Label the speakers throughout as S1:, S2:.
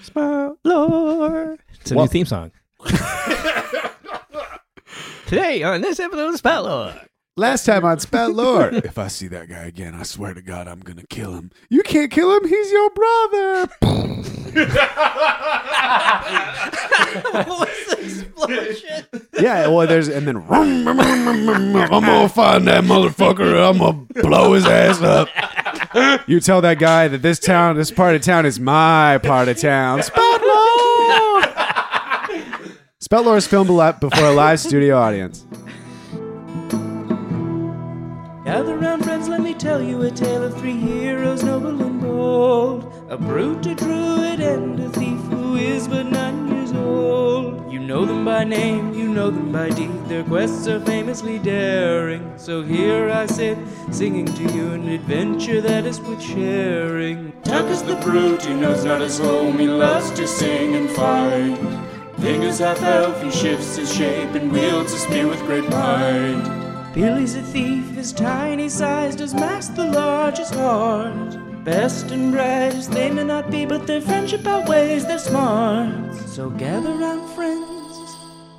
S1: Smile, Lord. It's a
S2: What-
S1: new theme song. Today on this episode of Smile, Lord.
S2: Last time on Spat Lore, if I see that guy again, I swear to God, I'm gonna kill him. You can't kill him. He's your brother.
S1: What's the explosion?
S2: yeah. Well, there's and then I'm gonna find that motherfucker. I'm gonna blow his ass up. You tell that guy that this town, this part of town, is my part of town. Spat Lore. Spat Lore is filmed a lot before a live studio audience.
S3: Gather round, friends, let me tell you a tale of three heroes, noble and bold. A brute, a druid, and a thief who is but nine years old. You know them by name, you know them by deed. Their quests are famously daring. So here I sit, singing to you an adventure that is worth sharing. Tuck is the brute, he knows not his home, he loves to sing and fight. Fingers half elf, he shifts his shape and wields a spear with great might. Billy's a thief, his tiny size does mask the largest heart. Best and brightest they may not be, but their friendship outweighs their smarts. So gather round, friends,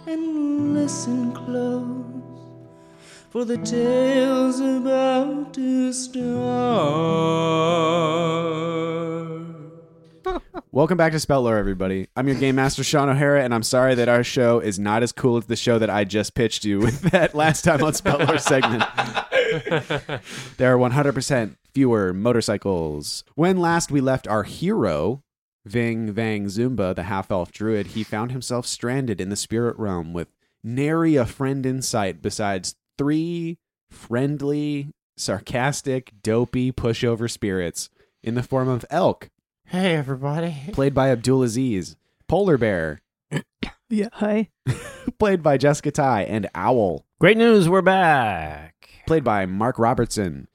S3: and listen close, for the tale's about to start.
S2: Welcome back to Spetlore, everybody. I'm your game master, Sean O'Hara, and I'm sorry that our show is not as cool as the show that I just pitched you with that last time on Spetlore segment. there are 100% fewer motorcycles. When last we left our hero, Ving Vang Zumba, the half elf druid, he found himself stranded in the spirit realm with nary a friend in sight besides three friendly, sarcastic, dopey pushover spirits in the form of Elk
S1: Hey, everybody.
S2: played by Abdulaziz, Polar Bear,
S1: Yeah, hi.
S2: played by Jessica Ty, and Owl,
S1: Great news, we're back.
S2: played by Mark Robertson.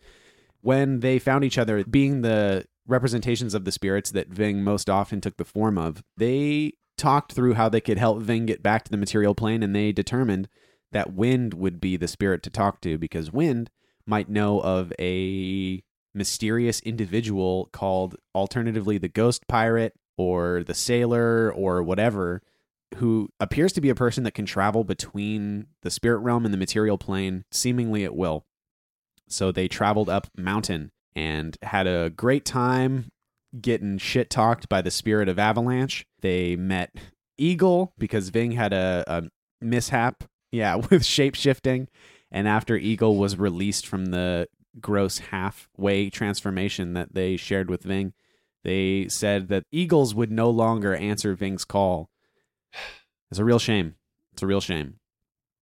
S2: When they found each other, being the representations of the spirits that Ving most often took the form of, they talked through how they could help Ving get back to the material plane, and they determined that Wind would be the spirit to talk to because Wind might know of a mysterious individual called alternatively the ghost pirate or the sailor or whatever who appears to be a person that can travel between the spirit realm and the material plane seemingly at will. So they traveled up mountain and had a great time getting shit talked by the spirit of Avalanche. They met Eagle because Ving had a, a mishap, yeah, with shape shifting. And after Eagle was released from the gross halfway transformation that they shared with Ving, they said that Eagles would no longer answer Ving's call. It's a real shame. It's a real shame.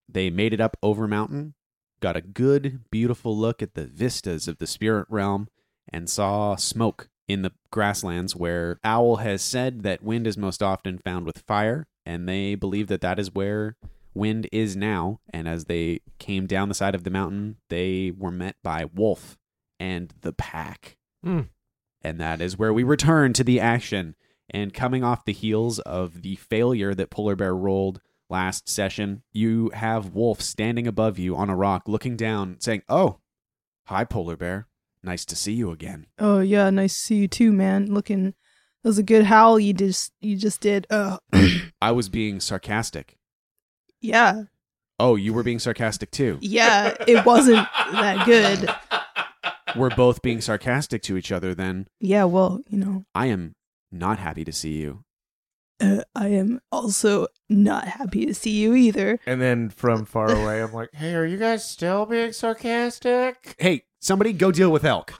S2: They made it up over mountain, got a good, beautiful look at the vistas of the spirit realm, and saw smoke in the grasslands where Owl has said that wind is most often found with fire, and they believe that that is where wind is now. And as they came down the side of the mountain, they were met by Wolf and the pack.
S1: Hmm.
S2: And that is where we return to the action. And coming off the heels of the failure that Polar Bear rolled last session, you have Wolf standing above you on a rock, looking down, saying, Oh, hi, Polar Bear. Nice to see you again.
S4: Oh yeah, nice to see you too, man. Looking, that was a good howl you just you just did. Uh,
S2: I was being sarcastic.
S4: yeah,
S2: Oh, you were being sarcastic too.
S4: yeah, it wasn't that good.
S2: We're both being sarcastic to each other then.
S4: Yeah, well, you know,
S2: I am not happy to see you.
S4: uh, I am also not happy to see you either.
S1: And then from far away, I'm like, hey, are you guys still being sarcastic?
S2: Hey, somebody go deal with elk.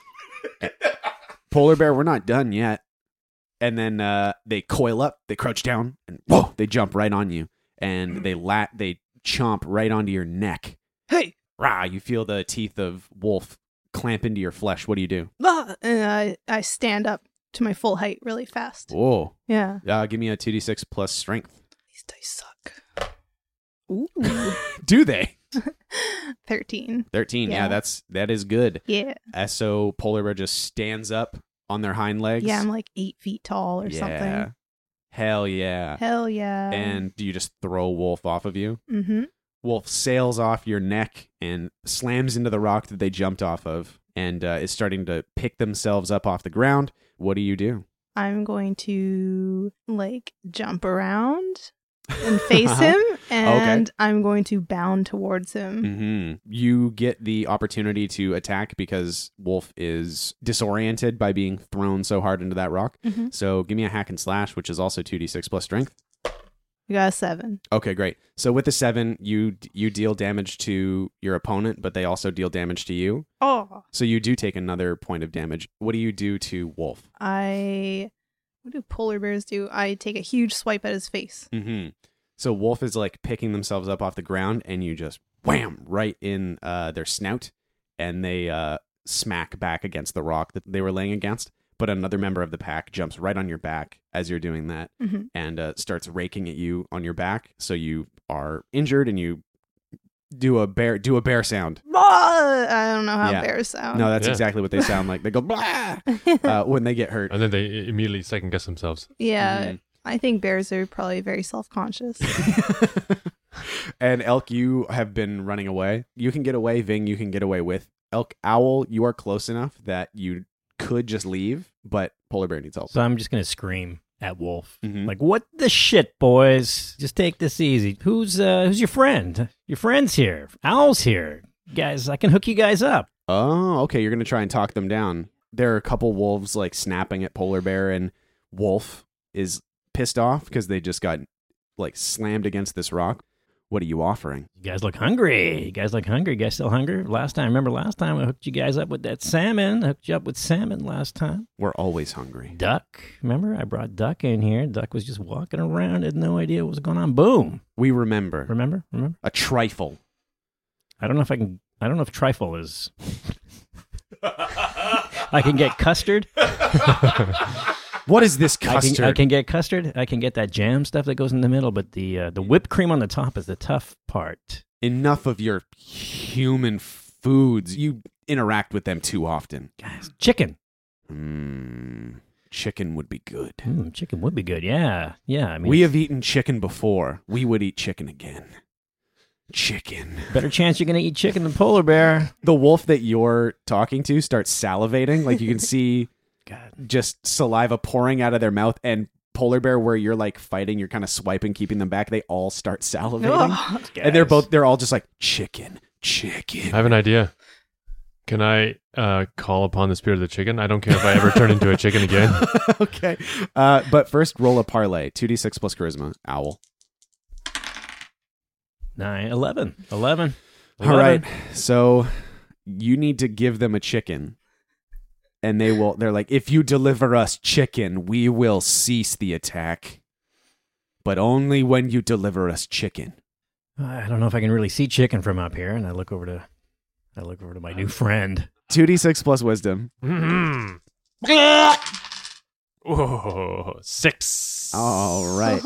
S2: Polar bear, we're not done yet. And then uh, they coil up, they crouch down, and whoa, they jump right on you, and they lat, they chomp right onto your neck.
S4: Hey,
S2: Rah! You feel the teeth of wolf clamp into your flesh. What do you do?
S4: ah, and I I stand up to my full height really fast.
S2: Whoa!
S4: Yeah,
S2: Uh, give me a two d six plus strength.
S4: these dice suck. Ooh,
S2: Do they?
S4: thirteen.
S2: Thirteen. Yeah.
S4: Yeah.
S2: that's that is good.
S4: Yeah,
S2: Uh, So polar bear just stands up on their hind legs.
S4: yeah, I'm like eight feet tall or something.
S2: Hell yeah!
S4: Hell yeah.
S2: and do you just throw wolf off of you?
S4: mm-hmm.
S2: Wolf sails off your neck and slams into the rock that they jumped off of and uh, is starting to pick themselves up off the ground. What do you do?
S4: I'm going to like jump around and
S2: Uh-huh.
S4: face him, and I'm going to bound towards him.
S2: hmm You get the opportunity to attack because Wolf is disoriented by being thrown so hard into that rock.
S4: Mhm.
S2: So give me a hack and slash, which is also 2d6 plus strength.
S4: You got a seven.
S2: Okay, great. So with the seven, you you deal damage to your opponent, but they also deal damage to you.
S4: Oh,
S2: So you do take another point of damage. What do you do to Wolf?
S4: I. What do polar bears do? I take a huge swipe at his face.
S2: Mm-hmm. So Wolf is like picking themselves up off the ground, and you just wham right in uh, their snout, and they uh, smack back against the rock that they were laying against. But another member of the pack jumps right on your back as you're doing that,
S4: Mhm.
S2: and uh, starts raking at you on your back. So you are injured, and you do a bear do a bear sound.
S4: Ah! I don't know how
S2: Yeah.
S4: bears sound.
S2: No, that's
S5: Yeah.
S2: exactly what they sound like. They go blah uh, when they get hurt.
S5: And then they immediately second guess themselves.
S4: yeah,
S2: Mhm.
S4: I think bears are probably very self conscious.
S2: and elk, you have been running away. You can get away, Ving. You can get away with elk, owl. You are close enough that you could just leave, but polar bear needs help.
S6: So I'm just gonna scream at Wolf.
S2: Mhm.
S6: Like, what the shit, boys? Just take this easy. Who's uh who's your friend? Your friend's here. Owl's here. Guys, I can hook you guys up.
S2: Oh, okay. You're gonna try and talk them down. There are a couple wolves like snapping at polar bear, and wolf is pissed off because they just got like slammed against this rock. What are you offering?
S6: You guys look hungry. You guys look hungry. You guys still hungry? Last time, remember last time I hooked you guys up with that salmon. I hooked you up with salmon last time.
S2: We're always hungry.
S6: Duck. Remember I brought Duck in here. Duck was just walking around, had no idea what was going on. Boom.
S2: We remember
S6: Remember? Remember?
S2: a trifle.
S6: I don't know if I can I don't know if trifle is I can get custard.
S2: What is this
S6: I
S2: custard?
S6: can, I can get custard. I can get that jam stuff that goes in the middle, but the uh, the whipped cream on the top is the tough part.
S2: enough of your human foods. You interact with them too often.
S6: Guys, chicken. Hmm.
S2: Mm, chicken would be good.
S6: Mm, chicken would be good. Yeah, yeah. I mean,
S2: We have eaten chicken before. We would eat chicken again. Chicken.
S6: better chance you're gonna eat chicken than polar bear.
S2: The wolf that you're talking to starts salivating. Like you can see
S6: God,
S2: just saliva pouring out of their mouth and polar bear where you're like fighting, you're kind of swiping, keeping them back. They all start salivating.
S4: Ugh.
S2: And they're
S6: guys.
S2: both they're all just like chicken, chicken.
S5: I have an idea. Can I uh, call upon the spirit of the chicken? I don't care if I ever turn into a chicken again.
S2: okay. Uh, but first, roll a parlay. 2d6 plus charisma. Owl.
S6: nine, eleven, eleven.
S2: All right.
S6: Eleven.
S2: So you need to give them a chicken. And they will, they're like, if you deliver us chicken, we will cease the attack. But only when you deliver us chicken.
S6: I don't know if I can really see chicken from up here, and I look over to, I look over to my
S2: Um.
S6: new friend.
S2: 2d6 plus wisdom.
S5: Mm. Whoa, six.
S2: All right.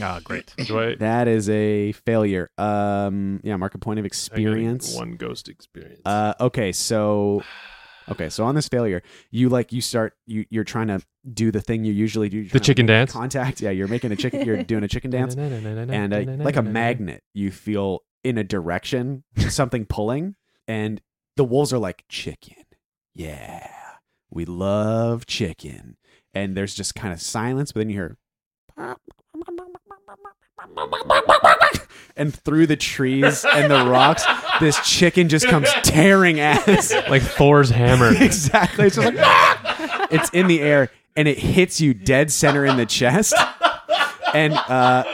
S6: Ah, great.
S5: Do I
S2: That is a failure. Um, yeah, mark a point of experience.
S5: One ghost experience.
S2: Uh, okay, so okay, so on this failure, you like you start you you're trying to do the thing you usually do. You're
S5: the
S2: trying to
S5: chicken dance.
S2: contact. Yeah, you're making a chicken. You're doing a chicken dance, and uh, like a magnet, you feel in a direction something pulling, and the wolves are like chicken. Yeah, we love chicken, and there's just kind of silence, but then you hear. And through the trees and the rocks, this chicken just comes tearing ass
S5: Like Thor's hammer.
S2: exactly. It's just like "Ah!" it's in the air and it hits you dead center in the chest. And uh,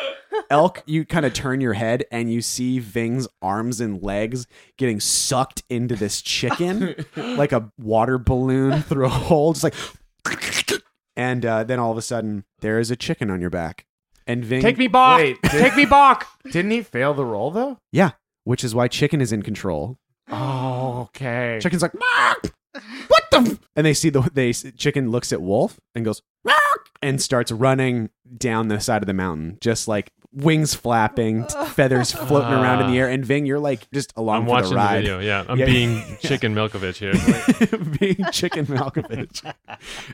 S2: elk, you kind of turn your head and you see Ving's arms and legs getting sucked into this chicken like a water balloon through a hole, just like. And uh, then all of a sudden, there is a chicken on your back, and Ving,
S1: Take me back.
S2: take
S1: me back. Didn't he fail the roll though?
S2: yeah, which is why chicken is in control.
S1: Oh, okay.
S2: Chicken's like, "Meow. what the? F-? And they see the they chicken looks at Wolf and goes "Meow," and starts running down the side of the mountain, just like wings flapping, t- feathers floating around in the air. And Ving, you're like just along
S5: I'm
S2: for
S5: watching
S2: the
S5: the,
S2: ride,
S5: video. Yeah, I'm
S2: Yeah.
S5: being Chicken Milkovich here.
S2: being Chicken Malkovich,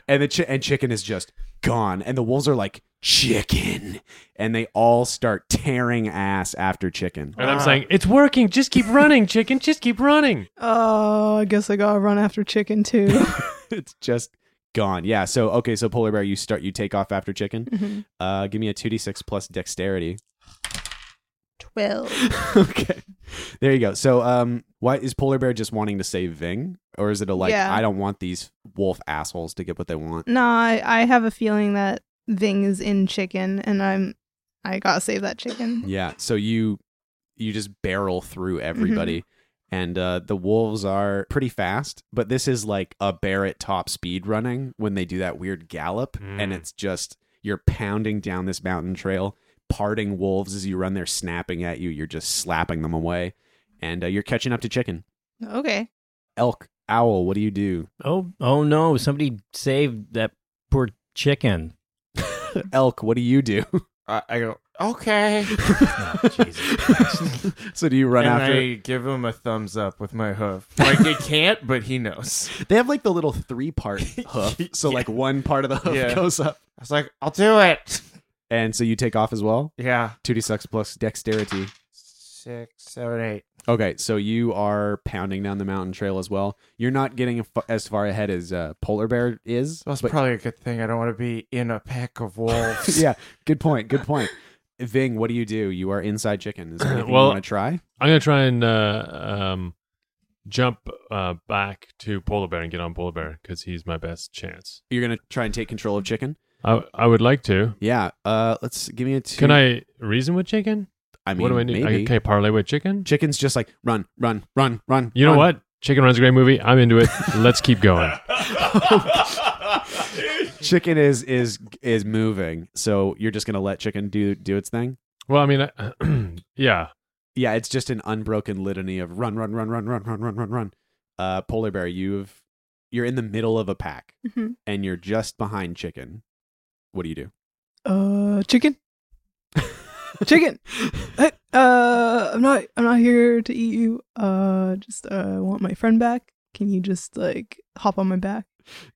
S2: and the chi- and chicken is just gone, and the wolves are like chicken, and they all start tearing ass after chicken.
S5: And I'm saying, it's working. Just keep running, chicken. Just keep running.
S4: Oh, I guess I gotta run after chicken too.
S2: it's just gone. Yeah. So okay. So polar bear, you start. You take off after chicken.
S4: Mhm.
S2: Uh, give me a two d six plus dexterity.
S4: 12.
S2: okay. There you go. So um, why is polar bear just wanting to save Ving, or is it a like
S4: Yeah.
S2: I don't want these wolf assholes to get what they want?
S4: No, I, I have a feeling that Ving is in chicken and I'm I gotta save that chicken.
S2: Yeah. So you you just barrel through everybody. And uh, the wolves are pretty fast, but this is like a bear at top speed running when they do that weird gallop. And
S5: Mm.
S2: it's just you're pounding down this mountain trail, parting wolves as you run. They're snapping at you. You're just slapping them away. And uh, you're catching up to chicken.
S4: Okay.
S2: Elk, owl, what do you do?
S6: Oh, oh no! Somebody saved that poor chicken.
S2: Elk, what do you do?
S1: I, I go, okay.
S2: so do you run
S1: and
S2: after
S1: I give him a thumbs up with my hoof. Like it can't, but he knows.
S2: They have like the little three part hoof. So like one part of the hoof
S1: Yeah.
S2: goes up.
S1: I was like, I'll do it.
S2: And so you take off as well.
S1: Yeah.
S2: 2d sucks plus dexterity.
S1: Six, seven, eight.
S2: Okay, so you are pounding down the mountain trail as well. You're not getting af- as far ahead as uh, Polar Bear is.
S1: That's
S2: but-
S1: probably a good thing. I don't want to be in a pack of wolves.
S2: yeah, good point. Good point. Ving, what do you do? You are inside chicken. Is there anything
S5: Well-
S2: you want to try?
S5: I'm gonna try and uh, um, jump uh, back to polar bear and get on polar bear because he's my best chance.
S2: You're gonna try and take control of chicken.
S5: I I would like to.
S2: Yeah. Uh, let's give me a two.
S5: Can I reason with chicken?
S2: I mean,
S5: what do I need?
S2: Maybe.
S5: I can parlay with chicken.
S2: Chicken's just like run, run, run, run.
S5: You know
S2: run.
S5: what? Chicken Run's a great movie. I'm into it. Let's keep going.
S2: Chicken is is is moving. So you're just gonna let chicken do do its thing.
S5: Well, I mean, I, yeah.
S2: yeah, it's just an unbroken litany of run, run, run, run, run, run, run, run, run. Uh, polar bear, you've you're in the middle of a pack
S4: Mhm.
S2: and you're just behind chicken. What do you do?
S4: Uh chicken. chicken. Hey, uh I'm not I'm not here to eat you. Uh just uh I want my friend back. Can you just like hop on my back?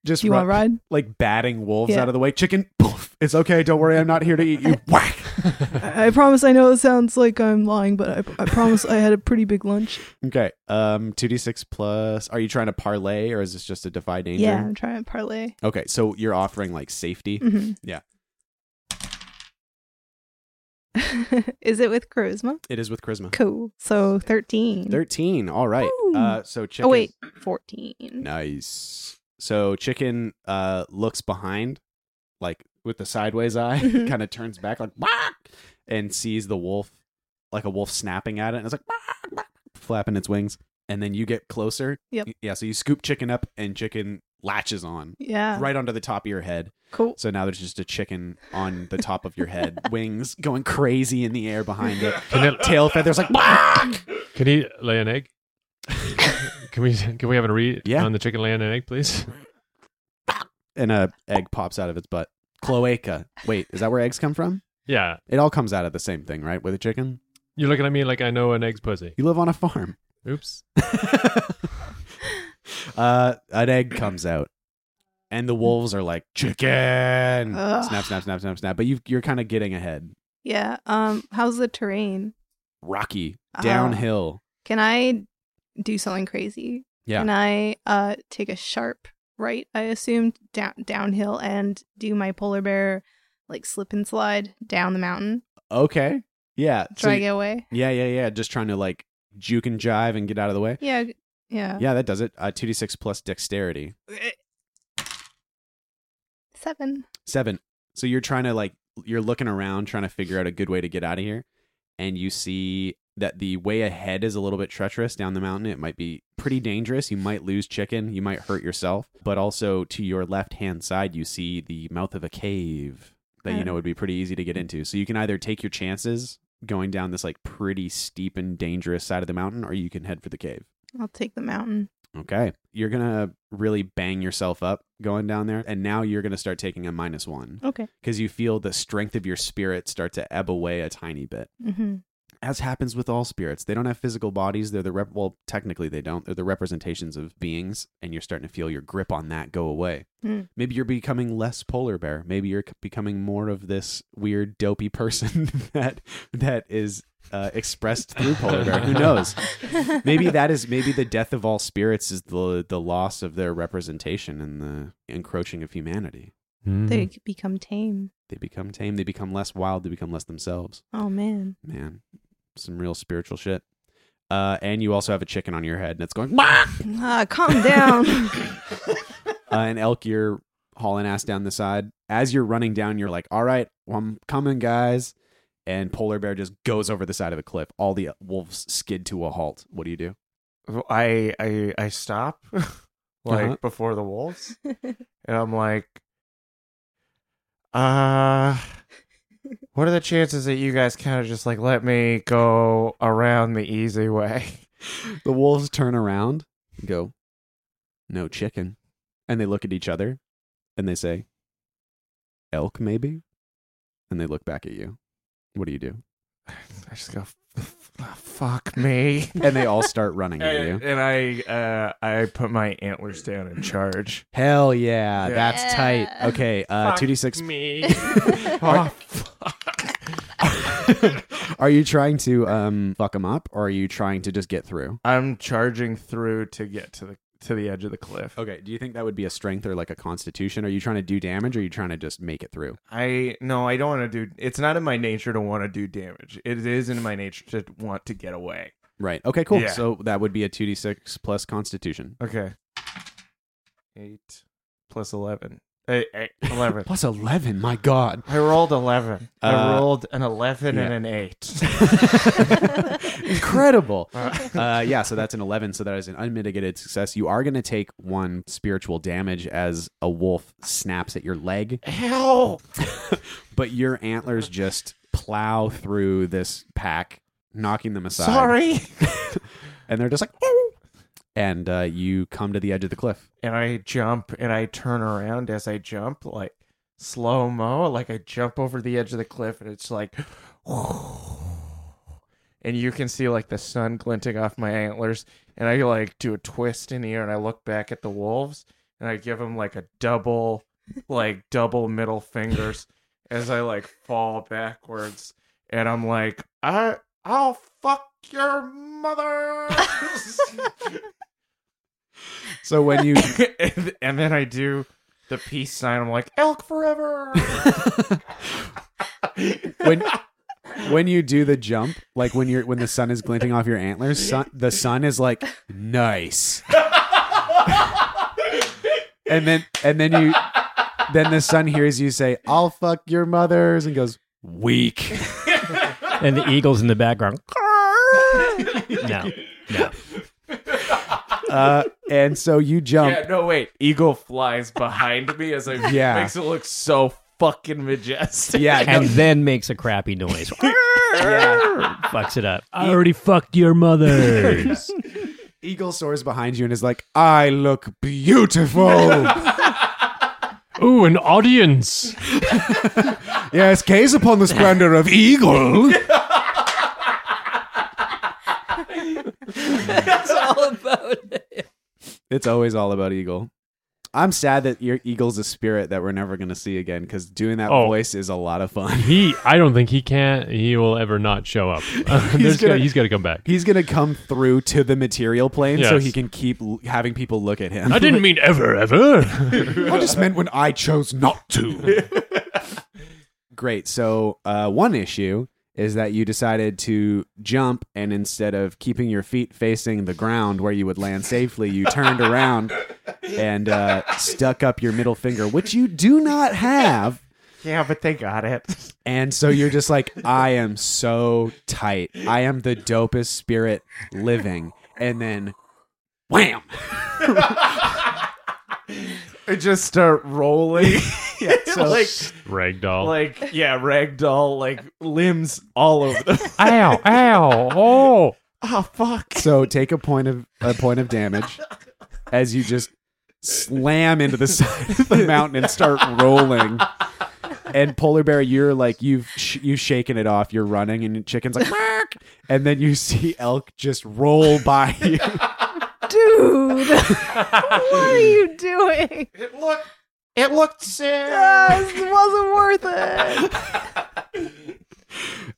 S2: Just
S4: Do you want
S2: run-
S4: to ride?
S2: like batting wolves
S4: Yeah.
S2: out of the way. Chicken, poof. It's okay. Don't worry. I'm not here to eat you. Whack.
S4: I, I promise I know it sounds like I'm lying, but I, I promise I had a pretty big lunch.
S2: Okay. Um, two d six plus. Are you trying to parlay or is this just a defy danger?
S4: Yeah, I'm trying to parlay.
S2: Okay, so you're offering like safety.
S4: Mhm.
S2: Yeah.
S4: Is it with charisma?
S2: It is with charisma.
S4: Cool. So 13.
S2: Thirteen. All right.
S4: Woo.
S2: Uh, so chicken.
S4: Oh, wait, 14.
S2: Nice. So chicken uh looks behind, like with the sideways eye,
S4: Mhm.
S2: kind of turns back like "Bark!" and sees the wolf, like a wolf snapping at it, and it's like "Bark, bark," flapping its wings. And then you get closer.
S4: Yep.
S2: Y- Yeah. So you scoop chicken up, and chicken latches on
S4: Yeah.
S2: right onto the top of your head.
S4: Cool.
S2: So now there's just a chicken on the top of your head, wings going crazy in the air behind it,
S5: Can, it,
S2: tail feathers like "Bark!"
S5: can he lay an egg? Can we can we have a read
S2: Yeah.
S5: on the chicken laying an egg, please?
S2: and a egg pops out of its butt. Cloaca. Wait, is that where eggs come from?
S5: Yeah.
S2: It all comes out of the same thing, right? With a chicken?
S5: You're looking at me like I know an egg's pussy.
S2: You live on a farm.
S5: Oops.
S2: uh, an egg comes out, and the wolves are like, chicken!
S4: Ugh.
S2: Snap, snap, snap, snap, snap. But you've, you're kind of getting ahead.
S4: Yeah. Um, how's the terrain?
S2: Rocky,
S4: Uh-huh.
S2: downhill.
S4: Can I do something crazy?
S2: Yeah.
S4: Can I uh take a sharp right, I assume, down downhill and do my polar bear like slip and slide down the mountain?
S2: Okay. Yeah. so
S4: Try to
S2: you-
S4: get away?
S2: yeah, yeah, yeah. Just trying to like juke and jive and get out of the way.
S4: Yeah. Yeah.
S2: Yeah, that does it. Uh, 2d6 plus dexterity.
S4: Seven.
S2: Seven. So you're trying to like you're looking around trying to figure out a good way to get out of here, and you see that the way ahead is a little bit treacherous down the mountain. It might be pretty dangerous. You might lose chicken. You might hurt yourself. But also to your left hand side, you see the mouth of a cave that you know would be pretty easy to get into. So you can either take your chances going down this like pretty steep and dangerous side of the mountain, or you can head for the cave.
S4: I'll take the mountain.
S2: Okay. You're going to really bang yourself up going down there. And now you're going to start taking a minus one
S4: Okay.
S2: because you feel the strength of your spirit start to ebb away a tiny bit.
S4: Mm-hmm.
S2: as happens with all spirits, they don't have physical bodies. They're the rep. Well, technically, they don't. They're the representations of beings, and you're starting to feel your grip on that go away.
S4: Hmm.
S2: Maybe you're becoming less polar bear. Maybe you're c- becoming more of this weird, dopey person that that is uh, expressed through polar bear. Who knows? Maybe that is maybe the death of all spirits is the the loss of their representation and the encroaching of humanity.
S4: they
S2: Mm-hmm.
S4: could become tame.
S2: They become tame. They become less wild. They become less themselves
S4: Oh man.
S2: man some real spiritual shit uh, and you also have a chicken on your head and it's going "Wah!"
S4: Ah, calm down.
S2: uh, an elk you're hauling ass down the side as you're running down you're like all right well, i'm coming guys and polar bear just goes over the side of a cliff all the wolves skid to a halt what do you do
S1: I I I stop like
S2: Uh-huh.
S1: before the wolves, and I'm like, uh, what are the chances that you guys kind of just like let me go around the easy way?
S2: the wolves turn around and go no chicken and they look at each other and they say elk maybe and they look back at you what do you do
S1: I just go, "F- f- fuck me.
S2: and they all start running at you
S1: And, and I uh, I put my antlers down and charge.
S2: Hell yeah,
S1: Yeah.
S2: that's tight.
S4: Yeah.
S2: Okay, uh, two d six.
S5: me.
S1: Oh, fuck.
S2: Are you trying to um fuck them up, or are you trying to just get through?
S1: I'm charging through to get to the to the edge of the cliff.
S2: Okay, do you think that would be a strength or like a constitution? Are you trying to do damage, or are you trying to just make it through?
S1: I no, I don't want to do. It's not in my nature to want to do damage. It is in my nature to want to get away.
S2: Right. Okay. Cool.
S1: Yeah.
S2: So that would be a two d six plus constitution.
S1: Okay. Eight plus eleven. Eh, eh, eleven.
S2: Plus eleven. My God.
S1: I rolled eleven. I
S2: Uh,
S1: rolled an eleven
S2: yeah.
S1: and an eight.
S2: Incredible.
S1: Uh,
S2: uh, yeah, so that's an 11. So that is an unmitigated success. You are going to take one spiritual damage as a wolf snaps at your leg. Help! but your antlers just plow through this pack, knocking them aside.
S1: sorry.
S2: And they're just like, "Woo!" and uh, you come to the edge of the cliff.
S1: and I jump and I turn around as I jump, like slow mo, like I jump over the edge of the cliff and it's like, and you can see like the sun glinting off my antlers. And I like do a twist in here and I look back at the wolves and I give them like a double, like double middle fingers as I like fall backwards. And I'm like, I, I'll fuck your mother.
S2: So when you
S1: and, and then I do the peace sign. I'm like, elk forever.
S2: when when you do the jump, like when you're when the sun is glinting off your antlers, sun, the sun is like nice. and then and then you then the sun hears you say, "I'll fuck your mothers," and goes weak.
S6: and the eagles in the background. no, no.
S2: Uh, and so you jump.
S1: yeah, no, wait. Eagle flies behind me as I
S2: Yeah.
S1: makes it look so fucking majestic.
S2: Yeah, no,
S6: And then makes a crappy noise. Fucks it up. I already fucked your mothers.
S2: eagle soars behind you and is like, "I look beautiful."
S5: Ooh, an audience.
S2: yes, gaze upon the splendor of eagle.
S3: That's all about it.
S2: It's always all about Eagle. I'm sad that your Eagle's a spirit that we're never going to see again because doing that
S5: Oh.
S2: voice is a lot of fun.
S5: He, I don't think he can. He will ever not show up. he's,
S2: gonna-
S5: gonna, he's got to come back.
S2: He's going to come through to the material plane so
S5: Yes.
S2: he can keep l- having people look at him.
S5: I didn't mean ever, ever.
S2: I just meant when I chose not to. Great. So, uh, one issue is that you decided to jump, and instead of keeping your feet facing the ground where you would land safely, you turned around and uh, stuck up your middle finger, which you do not have.
S1: yeah, but they got it.
S2: And so you're just like, I am so tight. I am the dopest spirit living. And then, wham!
S1: I just start rolling. yeah,
S2: so-
S1: like,
S5: Ragdoll.
S1: like, yeah, ragdoll, like limbs all over the.
S5: ow, ow, oh.
S1: oh fuck!
S2: So take a point of a point of damage as you just slam into the side of the mountain and start rolling. And polar bear, you're like you've sh- you've shaken it off. You're running, and chicken's like, "Meow." and then you see elk just roll by you.
S4: Dude, what are you doing?
S1: It looked. It looked sad.
S4: Yes, it wasn't worth it.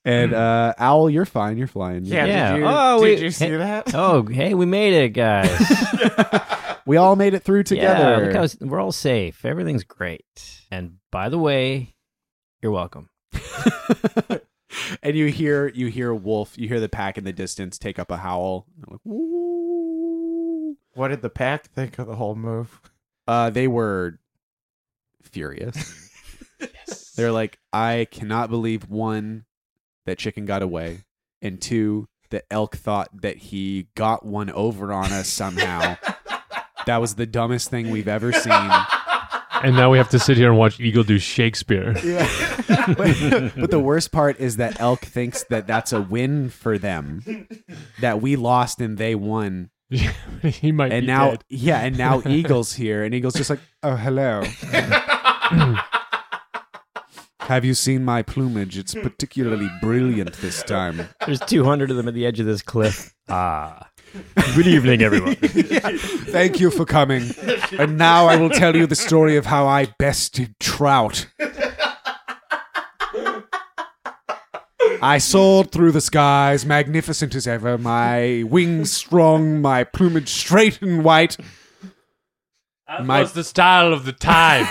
S2: and uh, owl, you're fine. You're flying.
S1: Yeah.
S6: Yeah.
S1: Did you,
S6: Oh,
S1: did
S6: we-
S1: you see that?
S6: Oh, hey, we made it, guys.
S2: we all made it through
S6: Yeah,
S2: together.
S6: look how- we're all safe. Everything's great. And by the way, you're welcome.
S2: and you hear you hear a wolf. You hear the pack in the distance take up a howl. They're like, "Woo."
S1: What did the pack think of the whole move?
S2: Uh, they were furious. They're like, I cannot believe one that chicken got away, and two that elk thought that he got one over on us somehow. that was the dumbest thing we've ever seen.
S5: And now we have to sit here and watch Eagle do Shakespeare.
S2: Yeah. but, but the worst part is that Elk thinks that that's a win for them, that we lost and they won.
S5: he might
S2: And
S5: be
S2: now,
S5: dead.
S2: yeah, and now Eagle's here, and Eagle's just like, oh, hello. Have you seen my plumage? It's particularly brilliant this time.
S6: There's 200 of them at the edge of this cliff. Ah. Good evening, everyone.
S2: Thank you for coming. And now I will tell you the story of how I bested trout. I soared through the skies, magnificent as ever, my wings strong, my plumage straight and white. My- was
S5: the style of the time.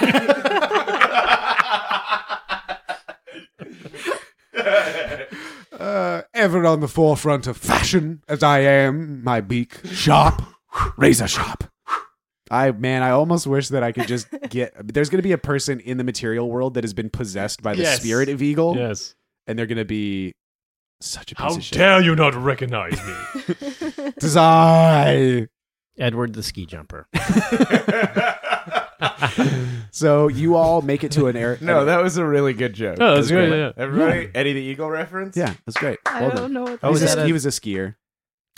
S2: uh, ever on the forefront of fashion as I am, my beak sharp, razor sharp. I man, I almost wish that I could just get. There's going to be a person in the material world that has been possessed by the
S5: Yes.
S2: spirit of eagle,
S5: yes.
S2: and they're going to be such a piece
S5: How
S2: of shit.
S5: dare you not recognize me?
S2: Tis I.
S6: Edward the ski jumper.
S2: So you all make it to an air.
S1: No, that was a really good joke.
S5: Oh, that's good. Yeah.
S1: Everybody, Eddie the Eagle reference.
S2: yeah, that's great.
S4: I
S2: Well
S4: don't
S2: done.
S4: know what that
S6: Oh, is
S2: He's a-
S4: is.
S6: that a-
S2: he was a skier.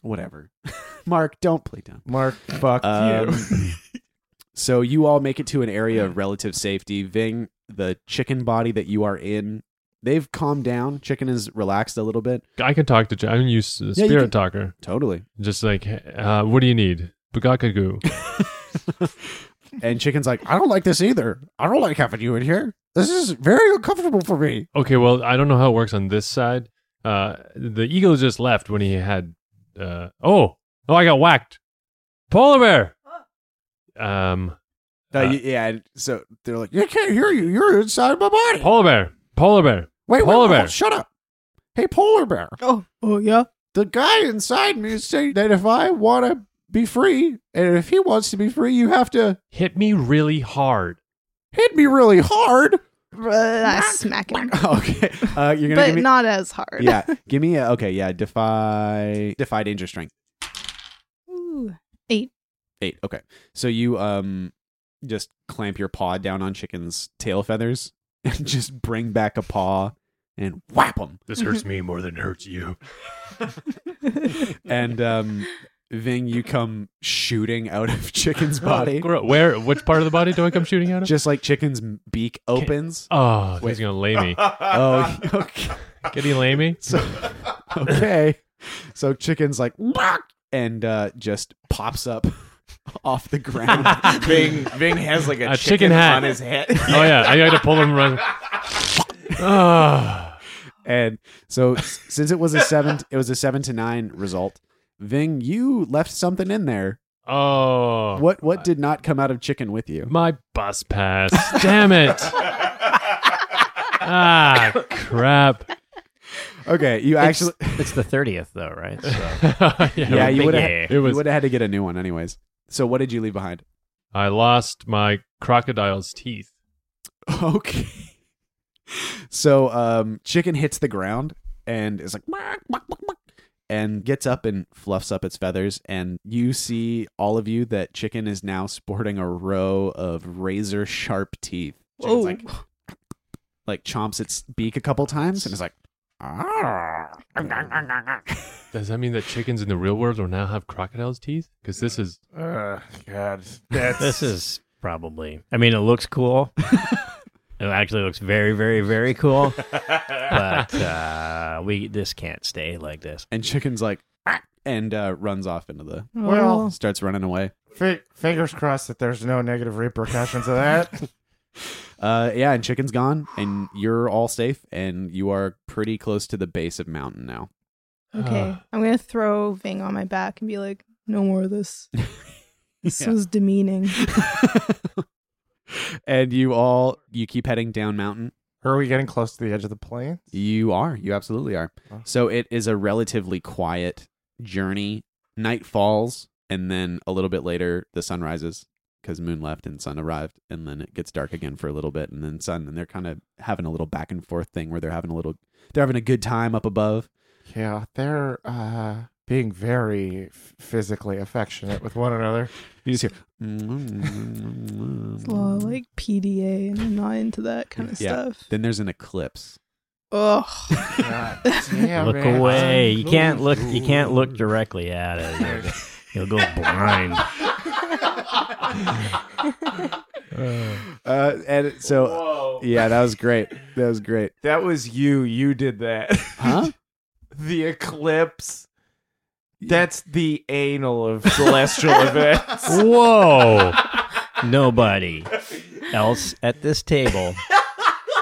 S2: Whatever. Mark, don't play dumb.
S1: Mark, fuck
S2: Um,
S1: you.
S2: So you all make it to an area of relative safety. Ving, the chicken body that you are in, they've calmed down. Chicken is relaxed a little bit.
S5: I can talk to. Ch- I can use uh,
S2: you
S5: spirit
S2: can-
S5: talker.
S2: Totally.
S5: Just like, uh, what do you need? Bugakagoo.
S2: And chicken's like, I don't like this either. I don't like having you in here. This is very uncomfortable for me.
S5: Okay, well, I don't know how it works on this side. Uh, the eagle just left when he had. Uh, oh, oh, I got whacked. Polar bear. Um, Uh,
S2: yeah. and So they're like, I can't hear you. You're inside my body.
S5: polar bear. Polar bear.
S2: wait, wait,
S5: polar
S2: wait,
S5: bear.
S2: Shut up. Hey, polar bear.
S4: Oh, oh yeah.
S2: The guy inside me is saying that if I want to be free, and if he wants to be free, you have to
S5: Hit me really hard.
S2: hit me really hard.
S4: I smack him,
S2: okay. Uh, you're gonna
S4: but
S2: give me,
S4: not as hard.
S2: yeah. Give me a okay. Yeah. Defy defy danger strength
S4: Ooh.
S2: eight. Okay. So you um just clamp your paw down on chicken's tail feathers and just bring back a paw and whap him.
S5: This hurts me more than it hurts you.
S2: And um, Ving, you come shooting out of chicken's body,
S5: Where? Which part of the body do I come shooting out of?
S2: just like chicken's beak opens.
S5: oh,
S2: Wait.
S5: he's gonna lay me.
S2: Oh, okay.
S5: Can he lay me?
S2: So okay, so chicken's like "Whack," and uh, just pops up off the ground.
S1: Ving, Ving has like a,
S5: A chicken hat.
S1: on his head.
S5: Oh yeah, I got to pull him around. Ah.
S2: And so s- since it was a seven, it was a seven to nine result. Ving, you left something in there.
S5: oh.
S2: What what did not come out of chicken with you?
S5: My bus pass. Damn it. ah, crap.
S2: Okay, you actually,
S6: It's the 30th, though, right? So,
S5: yeah,
S2: yeah, you
S6: think-
S2: would have
S6: yeah.
S5: it was.
S2: would have had to get a new one, anyways. So what did you leave behind?
S5: I lost my crocodile's teeth.
S2: Okay. So um, chicken hits the ground and is like, "Bark, bark, bark, bark," and gets up and fluffs up its feathers, and you see all of you that chicken is now sporting a row of razor sharp teeth.
S4: Whoa.
S2: Chicken's like, like chomps its beak a couple times and is like, "Ah."
S5: Does that mean that chickens in the real world will now have crocodile's teeth? Because this is
S1: Oh, God. That's,
S6: this is probably. I mean, it looks cool. It actually looks very, very, very cool. but uh, we this can't stay like this.
S2: And Chicken's like, "Ah," and uh, runs off into the,
S4: Oh.
S1: Well-
S2: starts running away.
S1: Fi- fingers crossed that there's no negative repercussions of that.
S2: Uh, yeah, and Chicken's gone, and you're all safe, and you are pretty close to the base of mountain now.
S4: Okay,
S2: uh,
S4: I'm gonna throw Ving on my back and be like, "No more of this. This
S2: Yeah.
S4: was demeaning."
S2: and you all you keep heading down mountain.
S1: Are we getting close to the edge of the plains?
S2: You are. You absolutely are.
S1: Wow.
S2: So it is a relatively quiet journey. Night falls, and then a little bit later, the sun rises because moon left and sun arrived, and then it gets dark again for a little bit, and then sun. And they're kind of having a little back and forth thing where they're having a little, they're having a good time up above.
S1: Yeah, they're uh, being very f- physically affectionate with one another.
S2: You just hear.
S4: It's a lot of, like PDA, and I'm not into that kind of
S2: Yeah.
S4: stuff.
S2: Then there's an eclipse.
S4: Ugh.
S1: God damn
S6: look
S1: it.
S6: away. You can't look. You can't look directly at it. You'll go blind.
S2: Uh, and so, yeah, that was great. That was great.
S1: That was you. You did that.
S2: Huh?
S1: the eclipse. That's the anal of celestial events.
S5: Uh,
S6: Whoa! Nobody else at this table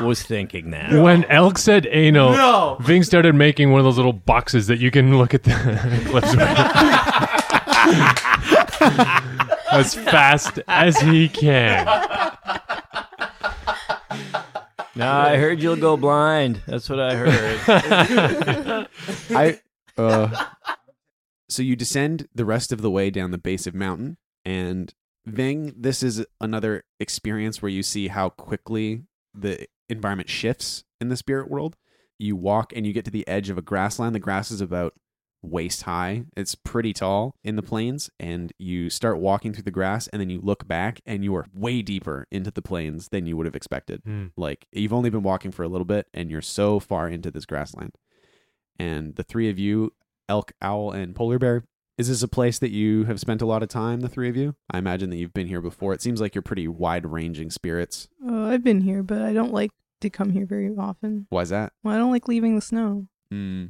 S6: was thinking that.
S5: When Elk said anal,
S1: No.
S5: Ving started making one of those little boxes that you can look at the clips with. as fast as he can.
S6: No, I heard you'll go blind. That's what I heard.
S2: I. Uh, so you descend the rest of the way down the base of mountain, and Ving. This is another experience where you see how quickly the environment shifts in the spirit world. You walk and you get to the edge of a grassland. The grass is about waist high. It's pretty tall in the plains, and you start walking through the grass, and then you look back, and you are way deeper into the plains than you would have expected
S5: Hmm.
S2: like you've only been walking for a little bit and you're so far into this grassland and the three of you elk owl and polar bear is this a place that you have spent a lot of time the three of you i imagine that you've been here before it seems like you're pretty wide ranging spirits
S4: Uh, I've been here, but I don't like to come here very often.
S2: why's that
S4: Well, I don't like leaving the snow.
S2: Hmm.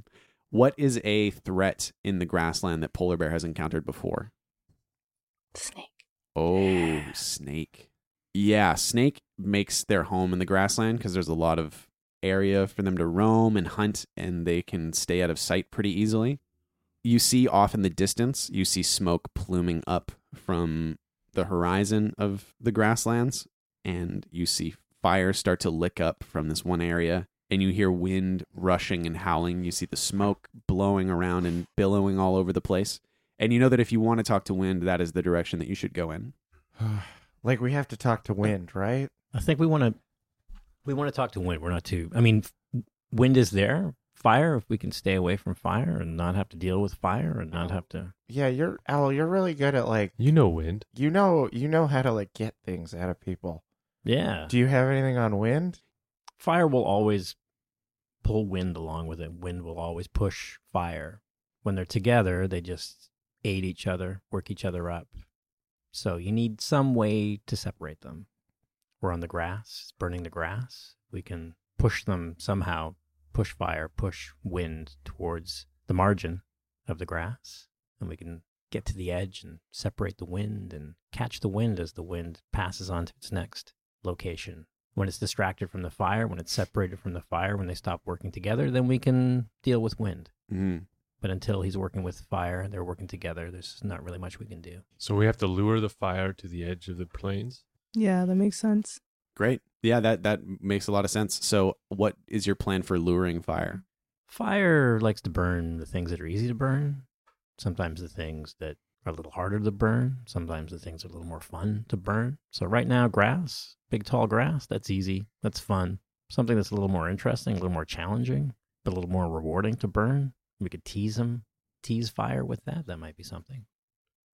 S2: what is a threat in the grassland that polar bear has encountered before
S4: Snake.
S2: Oh, snake. Yeah, snake makes their home in the grassland because there's a lot of area for them to roam and hunt, and they can stay out of sight pretty easily. You see off in the distance, you see smoke pluming up from the horizon of the grasslands, and you see fire start to lick up from this one area, and you hear wind rushing and howling. You see the smoke blowing around and billowing all over the place. And you know that if you want to talk to wind, that is the direction that you should go in.
S1: like we have to talk to wind, right?
S6: I think we want to. We want to talk to wind. We're not too. I mean, f- wind is there. Fire. If we can stay away from fire and not have to deal with fire and not have to.
S1: Yeah, you're Al. You're really good at like
S5: You know wind.
S1: you know you know how to like get things out of people.
S6: Yeah.
S1: Do you have anything on wind?
S6: fire will always pull wind along with it. Wind will always push fire. When they're together, they just aid each other, work each other up. So you need some way to separate them. We're on the grass, it's burning the grass. We can push them somehow, push fire, push wind towards the margin of the grass, and we can get to the edge and separate the wind and catch the wind as the wind passes on to its next location when it's distracted from the fire, when it's separated from the fire, when they stop working together, then we can deal with wind.
S2: Mm-hmm.
S6: But until he's working with fire, they're working together, there's not really much we can do.
S5: So we have to lure the fire to the edge of the plains.
S4: Yeah, that makes sense.
S2: Great. Yeah, that that makes a lot of sense. So, what is your plan for luring fire?
S6: Fire likes to burn the things that are easy to burn, sometimes the things that are a little harder to burn, sometimes the things that are a little more fun to burn. So right now, grass, big tall grass, that's easy, that's fun. Something that's a little more interesting, a little more challenging, but a little more rewarding to burn. We could tease him, tease fire with that. That might be something.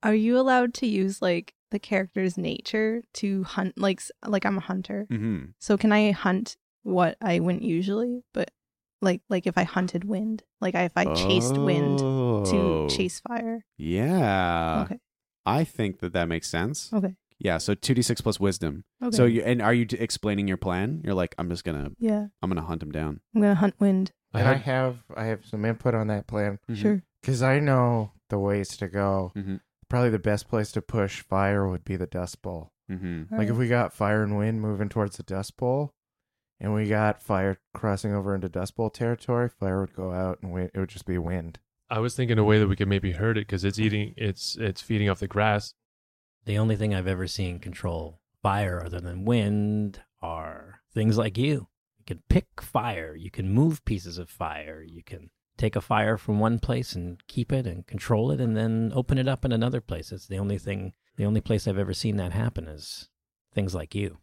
S4: Are you allowed to use like the character's nature to hunt? Like, s- like I'm a hunter,
S2: Mm-hmm.
S4: so can I hunt what I wouldn't usually? But like, like if I hunted wind, like if I chased wind
S2: Oh.
S4: to chase fire.
S2: Yeah,
S4: okay,
S2: Ah. I think that that makes sense.
S4: okay.
S2: Yeah, so 2d6 plus wisdom.
S4: Okay.
S2: So you and are you d- explaining your plan? You're like I'm just going to
S4: yeah,
S2: I'm going to hunt him down.
S4: I'm gonna hunt wind.
S5: I
S1: and I
S5: heard-
S1: have I have some input on that plan
S2: Mm-hmm.
S4: Sure.
S1: because I know the ways to go.
S2: Mhm.
S1: Probably the best place to push fire would be the Dust Bowl.
S2: Mm-hmm.
S1: Like if
S4: Hmm.
S1: we got fire and wind moving towards the Dust Bowl, and we got fire crossing over into Dust Bowl territory, fire would go out and wind, it would just be wind.
S5: I was thinking a way that we could maybe hurt it because it's eating, it's it's feeding off the grass.
S6: The only thing I've ever seen control fire other than wind are things like you. You can pick fire, you can move pieces of fire, you can take a fire from one place and keep it and control it and then open it up in another place. It's the only thing, the only place I've ever seen that happen is things like you.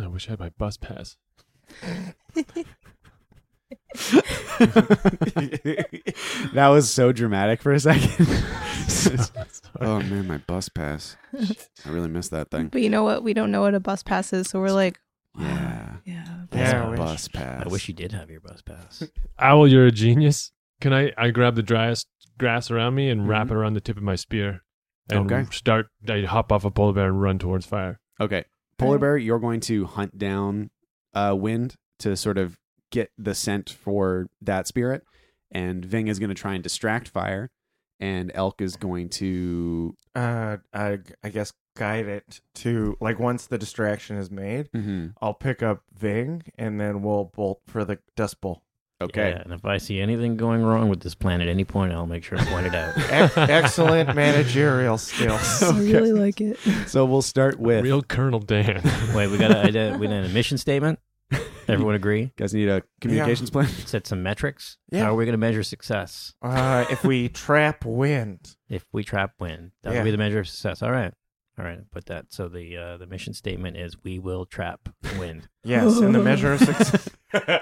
S5: I wish I had my bus pass.
S2: that was so dramatic for a second. oh man, my bus pass. I really missed that thing.
S4: But you know what? We don't know what a bus pass is, so we're like,
S2: Yeah.
S4: yeah.
S2: That's
S1: Yeah,
S2: my
S1: we-
S2: bus pass.
S6: I wish you did have your bus pass.
S5: Owl, you're a genius. Can I? I grab the driest grass around me and wrap it
S1: Mm-hmm.
S5: around the tip of my spear, and
S2: Okay.
S5: start. I hop off a polar bear and run towards fire.
S2: Okay. Polar
S4: Okay.
S2: bear, you're going to hunt down uh, Wind to sort of get the scent for that spirit. And Ving is going to try and distract Fire. And Elk is going to.
S1: Uh, I I guess guide it to like once the distraction is made,
S2: Mm-hmm.
S1: I'll pick up Ving and then we'll bolt for the Dust Bowl.
S2: Okay.
S6: Yeah, and if I see anything going wrong with this plan at any point, I'll make sure to point it out.
S1: Ec- E-, excellent managerial skills.
S4: I really like it.
S2: So we'll start with.
S5: Real Colonel Dan.
S6: Wait, we got a, I did- we did a mission statement. Everyone agree?
S2: You guys need a communications plan?
S6: Set some metrics.
S1: Yeah.
S6: How are we going to measure success?
S1: Uh, if we trap wind,
S6: if we trap win that'll
S1: Yeah.
S6: be the measure of success all right all right put that so the uh, the mission statement is we will trap win
S1: yes, and the measure of success.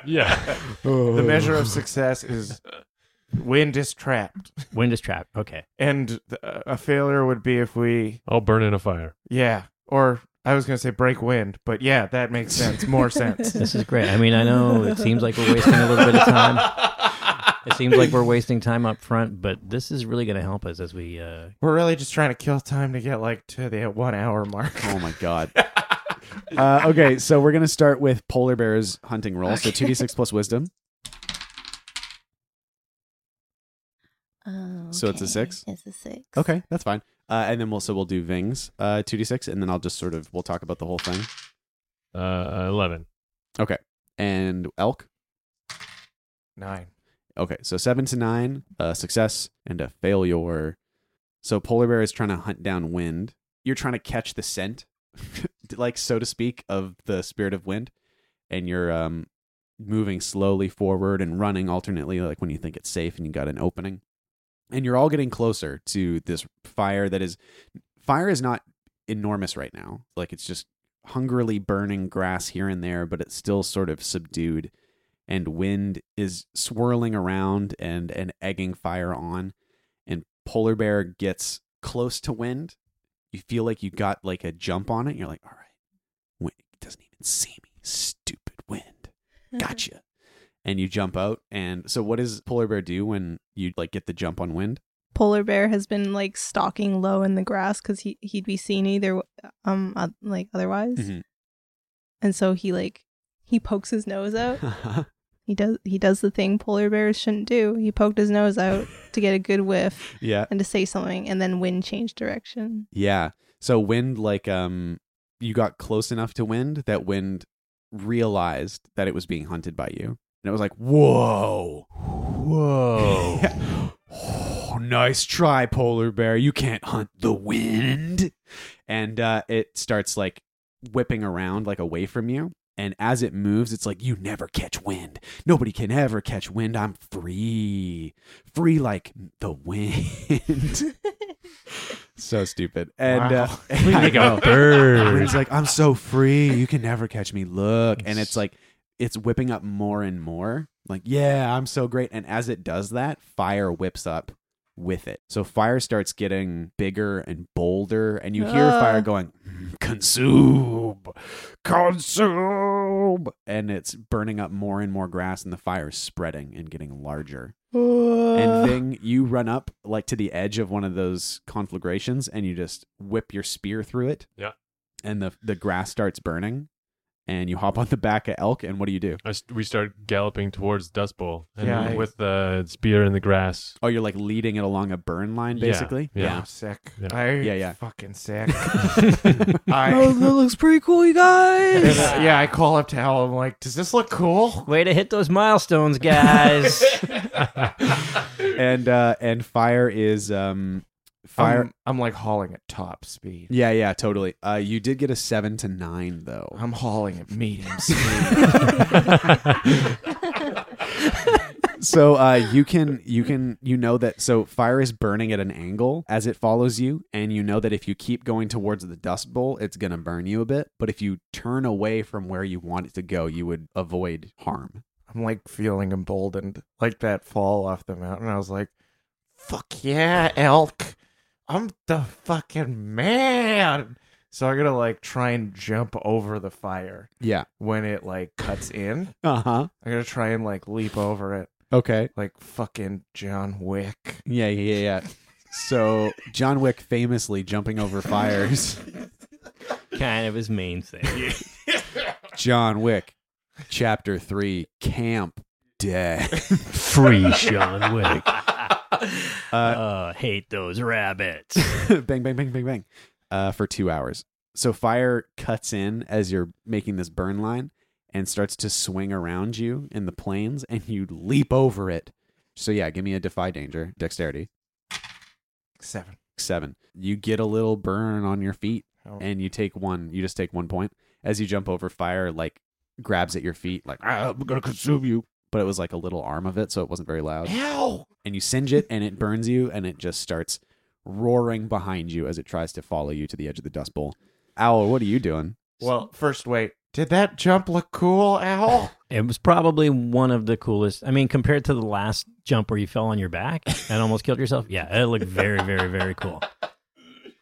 S5: yeah.
S1: The measure of success is wind is trapped,
S6: wind is trapped okay
S1: and th- a failure would be if we
S5: I'll burn in a fire.
S1: yeah or. I was gonna say break wind, but yeah, that makes sense. More sense.
S6: this is great i mean i know it seems like we're wasting a little bit of time it seems like we're wasting time up front but this is really going to help us as we uh,
S1: We're really just trying to kill time to get like to the one hour mark.
S2: Oh my God. uh, okay. So we're going to start with Polar bear's hunting roll. So 2d6 plus wisdom. So it's a six?
S7: Oh, It's a six.
S2: Okay. That's fine. Uh, and then we'll, so we'll do Ving's uh, 2d6. And then I'll just sort of. We'll talk about the whole thing.
S5: Uh, Eleven.
S2: And Elk.
S1: Nine.
S2: Okay, so seven to nine, a success and a failure. So polar bear is trying to hunt down wind. You're trying to catch the scent, like so to speak, of the spirit of wind, and you're um moving slowly forward and running alternately, like when you think it's safe and you got an opening. And you're all getting closer to this fire that is fire is not enormous right now. Like it's just hungrily burning grass here and there, but it's still sort of subdued and wind is swirling around and and egging fire on and polar bear gets close to wind you feel like you got like a jump on it you're like all right wind doesn't even see me stupid wind gotcha and you jump out and so what does polar bear do when you like get the jump on wind
S4: Polar bear has been like stalking low in the grass because he he'd be seen either um uh, like otherwise,
S2: Mhm.
S4: and so he like he pokes his nose out. He does he does the thing polar bears shouldn't do. He poked his nose out to get a good whiff
S2: yeah
S4: and to say something, and then wind changed direction.
S2: Yeah. So wind like um you got close enough to wind that wind realized that it was being hunted by you. And it was like, "Whoa. Whoa. Oh, nice try, polar bear. You can't hunt the wind." And uh it starts like whipping around like away from you. And as it moves, it's like, you never catch wind. Nobody can ever catch wind. I'm free. Free like the wind. so stupid. And
S1: Wow.
S2: uh,
S5: We
S2: I
S5: like
S2: know.
S5: a bird.
S2: It's like, I'm so free. You can never catch me. Look. And it's like, it's whipping up more and more. Like, yeah, I'm so great. And as it does that, fire whips up with it. So fire starts getting bigger and bolder. And you hear
S4: Ah.
S2: fire going, "Mm, consume, consume. And it's burning up more and more grass. And the fire is spreading and getting larger. and Ving, you run up like to the edge of one of those conflagrations and you just whip your spear through it.
S5: Yeah.
S2: And the the grass starts burning and you hop on the back of elk and what do you do?
S5: I s we start galloping towards Dust Bowl and
S1: Yeah, I-
S5: with the spear in the grass.
S2: Oh, you're like leading it along a burn line
S5: Yeah,
S2: basically.
S5: yeah.
S1: I'm sick.
S5: Yeah.
S1: I
S2: Yeah, yeah.
S1: fucking sick.
S4: oh,
S1: I
S4: that looks pretty cool, you guys.
S1: yeah, I call up to Hal. I'm like, does this look cool?
S6: Way to hit those milestones, guys.
S2: And uh and fire is um fire
S1: I'm, I'm like hauling at top speed.
S2: Yeah, yeah, totally. Uh you did get a 7 to 9 though.
S1: I'm hauling at medium speed.
S2: so uh, you can you can you know that so fire is burning at an angle as it follows you and you know that if you keep going towards the dust bowl it's going to burn you a bit but if you turn away from where you want it to go you would avoid harm
S1: I'm like feeling emboldened, like that fall off the mountain. I was like, fuck yeah, elk. I'm the fucking man. So I'm going to like try and jump over the fire
S2: yeah
S1: when it like cuts in.
S2: uh-huh
S1: I'm going to try and like leap over it
S2: okay
S1: like fucking John Wick.
S2: yeah yeah yeah so john wick famously jumping over fires
S6: kind of his main thing.
S2: john wick chapter 3 camp dead
S6: Free Sean Wick.
S2: uh,
S6: Uh, hate those rabbits.
S2: bang, bang, bang, bang, bang, uh, for two hours. So fire cuts in as you're making this burn line and starts to swing around you in the planes, and you leap over it. So yeah, give me a defy danger, dexterity
S1: Seven.
S2: seven. You get a little burn on your feet,
S1: Oh.
S2: and you take one. You just take one point as you jump over fire. Like grabs at your feet, like "Ah, I'm gonna consume you. But it was like a little arm of it, so it wasn't very loud
S1: Ow!
S2: and you singe it and it burns you and it just starts roaring behind you as it tries to follow you to the edge of the dust bowl. Owl, what are you doing?
S1: Well, first, wait. Did that jump look cool, Owl?
S6: It was probably one of the coolest. I mean, compared to the last jump where you fell on your back and almost killed yourself. Yeah, it looked very, very, very cool.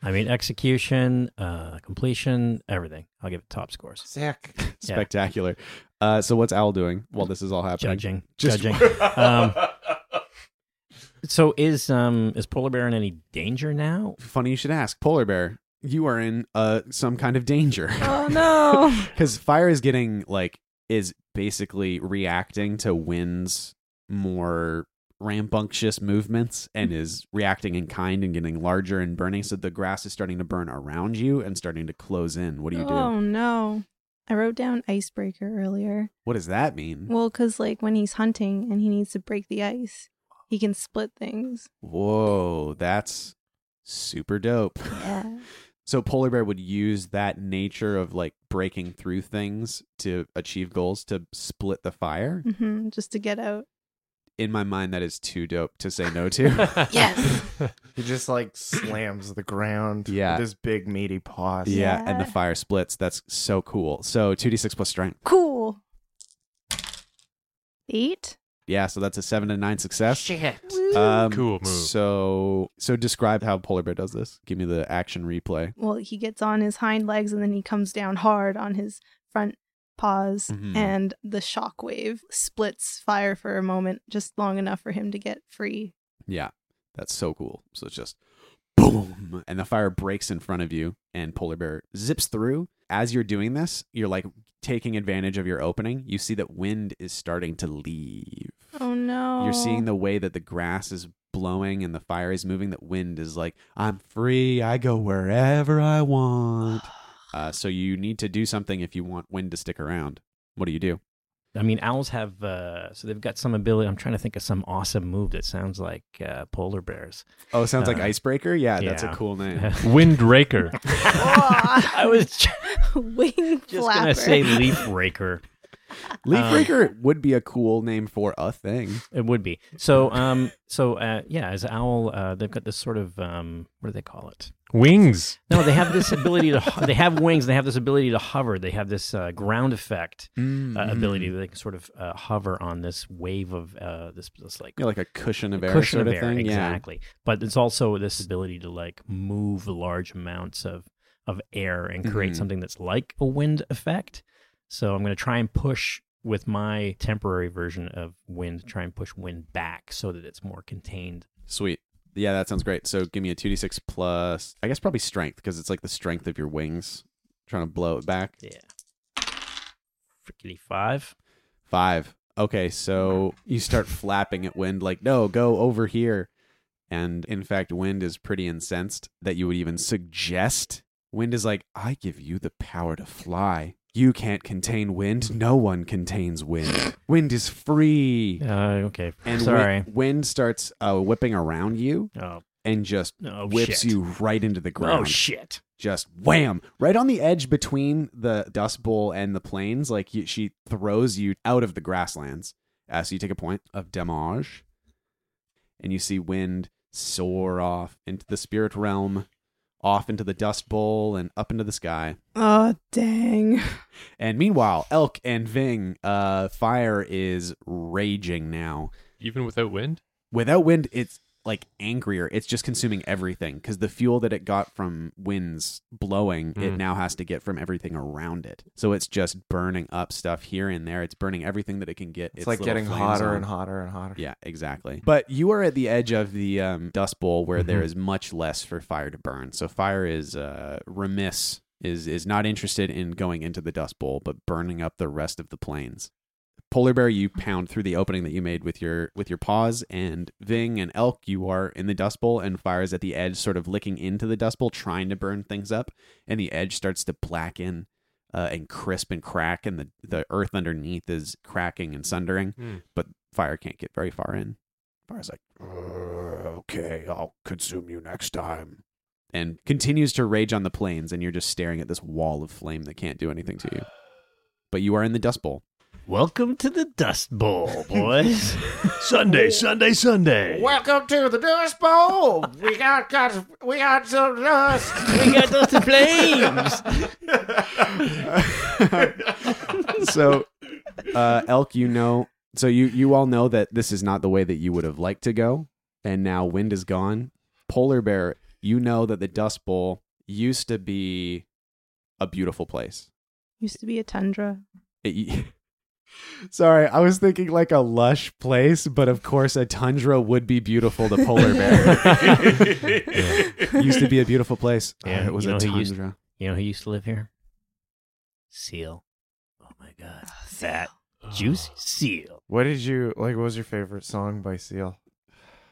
S6: I mean, execution, uh, completion, everything. I'll give it top scores.
S1: Sick.
S6: Yeah.
S2: Spectacular. Uh, so what's Owl doing while this is all happening?
S6: Judging,
S2: Just-
S6: judging. um, so is um is polar bear in any danger now?
S2: Funny you should ask. Polar bear, you are in uh, some kind of danger
S4: Oh no.
S2: because fire is getting like is basically reacting to winds more rambunctious movements
S6: Mm.
S2: and is reacting in kind and getting larger and burning so the grass is starting to burn around you and starting to close in what do you do
S4: Oh no. I wrote down icebreaker earlier.
S2: What does that mean?
S4: Well, because like when he's hunting and he needs to break the ice, he can split things.
S2: Whoa, that's super dope.
S4: Yeah.
S2: So polar bear would use that nature of like breaking through things to achieve goals to split the fire.
S4: hmm Just to get out.
S2: In my mind, that is too dope to say no to.
S4: Yes.
S1: He just like slams the ground
S2: Yeah.
S1: with his big meaty paws.
S2: yeah, and the
S4: Yeah.
S2: fire splits. That's so cool. So two d six plus strength.
S4: Cool. Eight.
S2: Yeah, so that's a seven to nine success.
S1: Shit.
S4: Woo.
S2: Um,
S5: Cool move.
S2: So so describe how polar bear does this. Give me the action replay.
S4: well, he gets on his hind legs and then he comes down hard on his front paws,
S2: Mhm.
S4: and the shockwave splits fire for a moment, just long enough for him to get free.
S2: Yeah, that's so cool. So it's just boom, and the fire breaks in front of you, and Polar Bear zips through. As you're doing this, you're like taking advantage of your opening. You see that wind is starting to leave.
S4: Oh no.
S2: You're seeing the way that the grass is blowing and the fire is moving. That wind is like, I'm free. I go wherever I want. Uh, so you need to do something if you want wind to stick around. What do you do?
S6: I mean, owls have uh, so they've got some ability. I'm trying to think of some awesome move that sounds like uh, polar bears.
S2: Oh, sounds like
S6: Uh,
S2: Icebreaker. Yeah, that's a
S6: yeah. Um,
S2: cool name.
S5: Windraker.
S4: Aw.
S6: I was ju-
S4: wing
S6: just
S4: flapper.
S6: gonna say leaf raker.
S2: Leaf
S6: Um,
S2: Breaker would be a cool name for a thing.
S6: It would be. So um so uh yeah, as owl uh they've got this sort of um what do they call it?
S5: Wings.
S6: No, they have this ability to ho- they have wings, they have this ability to hover. They have this uh, ground effect uh, ability that they can sort of uh, hover on this wave of uh this this like
S2: Yeah, like a cushion of air
S6: cushion
S2: sort
S6: of
S2: of,
S6: air,
S2: thing.
S6: exactly. But it's also this ability to like move large amounts of of air and create
S2: Mhm.
S6: something that's like a wind effect. So I'm going to try and push with my temporary version of wind, try and push wind back so that it's more contained.
S2: Sweet. Yeah, that sounds great. So give me a 2d6 plus, I guess probably strength, because it's like the strength of your wings. Trying to blow it back.
S6: Yeah. Frickety five.
S2: Five. Okay, so you start flapping at wind, like, no, go over here. And in fact, wind is pretty incensed that you would even suggest. Wind is like, I give you the power to fly. You can't contain wind. No one contains wind. Wind is free.
S6: Uh, okay.
S2: And wi-
S6: Sorry.
S2: wind starts uh, whipping around you
S6: oh,
S2: and just
S6: no.
S2: whips
S6: shit.
S2: you right into the ground
S6: Oh, shit.
S2: just wham right on the edge between the dust bowl and the plains like you, she throws you out of the grasslands uh, so you take a point of damage and you see wind soar off into the spirit realm off into the dust bowl and up into the sky
S4: Oh, dang.
S2: and meanwhile elk and ving uh, fire is raging now
S5: Even without wind?
S2: without wind it's like angrier it's just consuming everything because the fuel that it got from winds blowing it
S5: Mm.
S2: now has to get from everything around it so it's just burning up stuff here and there it's burning everything that it can get
S1: It's, like
S2: little
S1: getting
S2: flames
S1: hotter
S2: on.
S1: and hotter and hotter.
S2: yeah exactly but you are at the edge of the um, dust bowl where there
S5: Mhm.
S2: is much less for fire to burn so fire is uh, remiss is is not interested in going into the dust bowl but burning up the rest of the plains Polar bear, you pound through the opening that you made with your with your paws, and Ving and Elk, you are in the dust bowl, and fire is at the edge, sort of licking into the dust bowl, trying to burn things up, and the edge starts to blacken uh, and crisp and crack, and the the earth underneath is cracking and sundering,
S5: Hmm.
S2: but fire can't get very far in. Fire's like, "Uh, okay, I'll consume you next time, and continues to rage on the plains, and you're just staring at this wall of flame that can't do anything to you, but you are in the dust bowl.
S6: Welcome to the Dust Bowl, boys.
S5: Sunday, Sunday, Sunday.
S1: Welcome to the Dust Bowl. we got, got we got some dust.
S6: we got dust and flames.
S2: so uh, elk you know so you you all know that this is not the way that you would have liked to go and now wind is gone polar bear you know that the dust bowl used to be a beautiful place
S4: Used to be a tundra.
S2: It- sorry i was thinking like a lush place but of course a tundra would be beautiful to polar bear used to be a beautiful place
S6: Yeah,
S2: Oh, it was a
S6: you know who
S2: tundra
S6: used- You know who used to live here? Seal. Oh my god. That
S2: Ah.
S6: juicy seal.
S1: What did you like? What was your favorite song by Seal?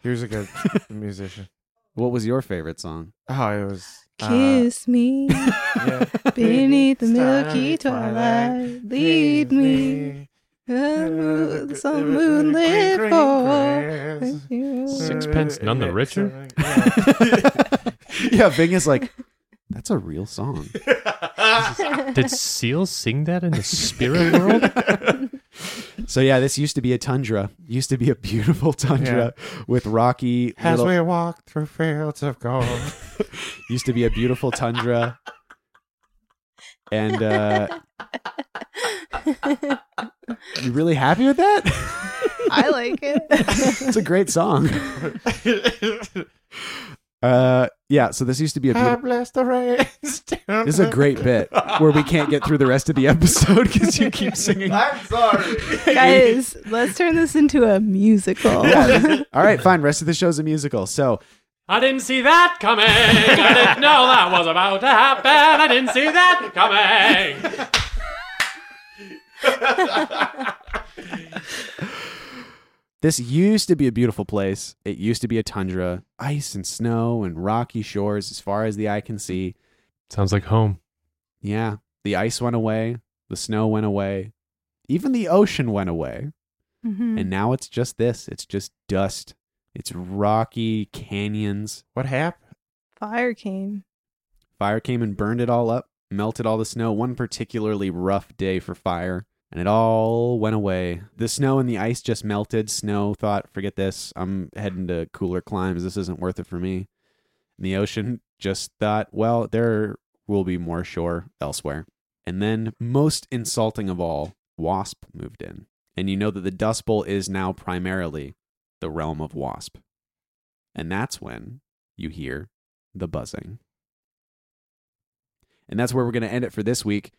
S1: He was a good musician.
S2: what was your favorite song
S1: Oh, it was uh,
S4: Kiss me
S1: yeah.
S4: beneath the
S1: Starry
S4: milky twilight. Lead
S1: Please
S4: me under the sun moonlit for
S1: grass.
S5: Sixpence None the Richer?
S2: yeah ving is like that's a real song
S5: Did Seal sing that in the spirit world?
S2: So yeah, this used to be a tundra. Used to be a beautiful tundra with rocky.
S1: As
S2: little-
S1: we walk through fields of gold.
S2: used to be a beautiful tundra. And uh, you really happy with that?
S4: I like it.
S2: it's a great song. Uh, yeah. So this used to be a
S1: I
S2: beautiful.
S1: bless the rains. down
S2: This is a
S1: the-
S2: great bit where we can't get through the rest of the episode because you keep singing.
S1: I'm sorry.
S4: Guys, let's turn this into a musical.
S2: All right, fine. Rest of the show's a musical. So
S5: I didn't see that coming. I didn't know that was about to happen. I didn't see that coming.
S2: This used to be a beautiful place. It used to be a tundra, ice and snow and rocky shores as far as the eye can see.
S5: Sounds like home.
S2: Yeah, the ice went away, the snow went away, even the ocean went away.
S4: Mhm.
S2: And now it's just this it's just dust. It's rocky canyons.
S1: What happened?
S4: Fire came.
S2: Fire came and burned it all up, melted all the snow. One particularly rough day for fire, and it all went away. The snow and the ice just melted. Snow thought, forget this. I'm heading to cooler climes. This isn't worth it for me. And the ocean just thought, well, there will be more shore elsewhere. And then, most insulting of all, Wasp moved in. And you know that the Dust Bowl is now primarily the realm of Wasp. And that's when you hear the buzzing. And that's where we're going to end it for this week.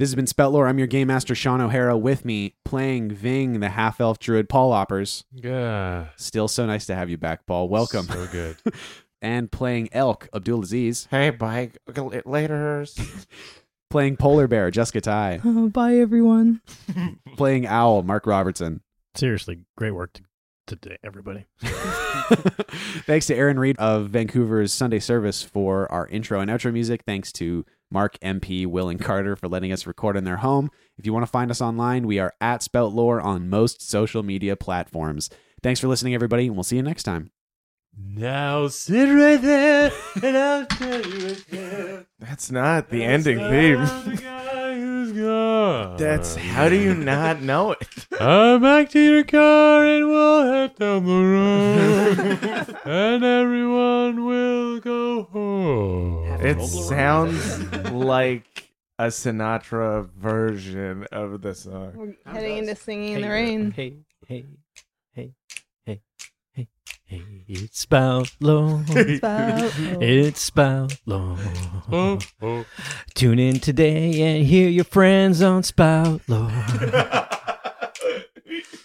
S2: This has been Speltlore. I'm your game master, Sean O'Hara, with me playing Ving, the half elf druid, Paul Oppers.
S5: Yeah.
S2: Still so nice to have you back, Paul. Welcome.
S5: So good.
S2: and playing Elk, Abdul Aziz.
S1: Hey, bye. Later.
S2: Playing Polar Bear, Jessica Ty.
S4: Uh, bye, everyone.
S2: playing Owl, Mark Robertson.
S6: Seriously, great work to, today, everybody.
S2: Thanks to Aaron Reed of Vancouver's Sunday Service for our intro and outro music. Thanks to Mark, MP, Will, and Carter for letting us record in their home. If you want to find us online, we are at Spelt Lore on most social media platforms. Thanks for listening, everybody, and we'll see you next time.
S5: now sit right there, and I'll tell you right there.
S1: That's not the ending theme.
S5: I'm
S1: Uh,
S5: the guy who's gone.
S1: That's how do you not know it?
S5: I'm back to your car and we'll head down the road. and everyone will go home.
S1: It sounds like a Sinatra version of the song.
S4: We're heading into singing in the
S6: Hey,
S4: rain.
S6: Hey, hey, hey, hey, hey, hey. It's spout low.
S4: Oh.
S6: it's spout low.
S5: Oh, oh.
S6: Tune in today and hear your friends on spout low.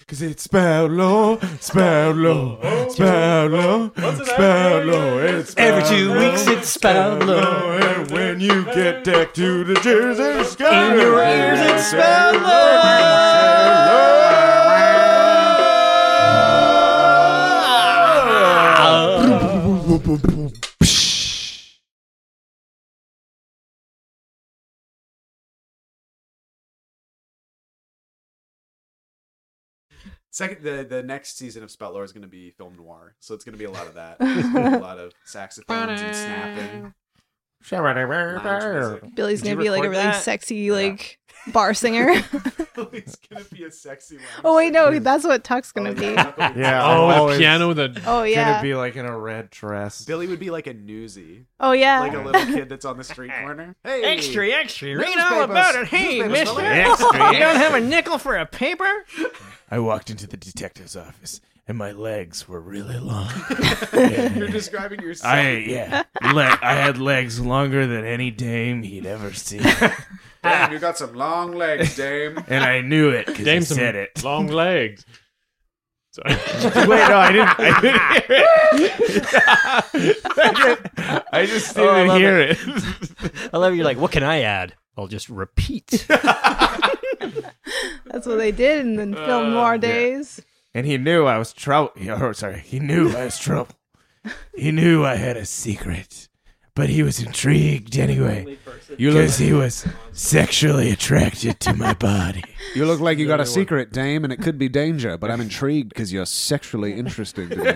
S1: Cause it's spelled low, spelled low, spelled low, spelled low. It's
S6: Every two
S1: spelled
S6: weeks
S1: low,
S6: it's spelled low.
S1: And when you get decked to the Jersey sky,
S6: In your ears it's spelled low.
S2: Second, the, the next season of Spelt Lore is going to be film noir, so it's going to be a lot of that.
S4: A
S2: lot of saxophones and snapping.
S1: Spelled low.
S4: Billy's
S1: Did you
S4: gonna be like a
S1: record
S4: really
S1: that?
S4: sexy like bar singer.
S2: it's going to be a sexy one.
S4: oh wait, no, that's what Tuck's gonna be.
S1: Yeah.
S5: Oh,
S1: I'm
S5: the
S1: always
S5: piano, the
S4: Oh
S1: Gonna
S4: yeah.
S1: be like in a red dress.
S2: Billy would be like a newsie,
S4: Oh yeah.
S2: like a little kid that's on the street corner. Hey,
S6: extra.
S2: Newspapers. Newspapers, fellas.
S6: You don't have a nickel for a paper?
S1: I walked into the detective's office and my legs were really long.
S2: You're describing yourself.
S1: I yeah, le- I had legs longer than any dame he'd ever seen,
S2: Damn, you got some long legs, dame.
S1: and I knew it because he
S5: Jameson
S1: said it.
S5: long legs. Sorry.
S1: Wait, no, I didn't. I didn't hear it. I, didn't- I just
S6: Oh, I
S1: didn't
S6: love
S1: hear it.
S6: I love you. Like, what can I add? I'll just repeat.
S4: That's what they did in the film noir days.
S1: And he knew I was trouble. Oh, sorry, he knew I was trouble. He knew I had a secret, but he was intrigued anyway because he was sexually attracted to my body.
S2: You look like you got a secret, dame, and it could be danger, but I'm intrigued because you're sexually interesting to me.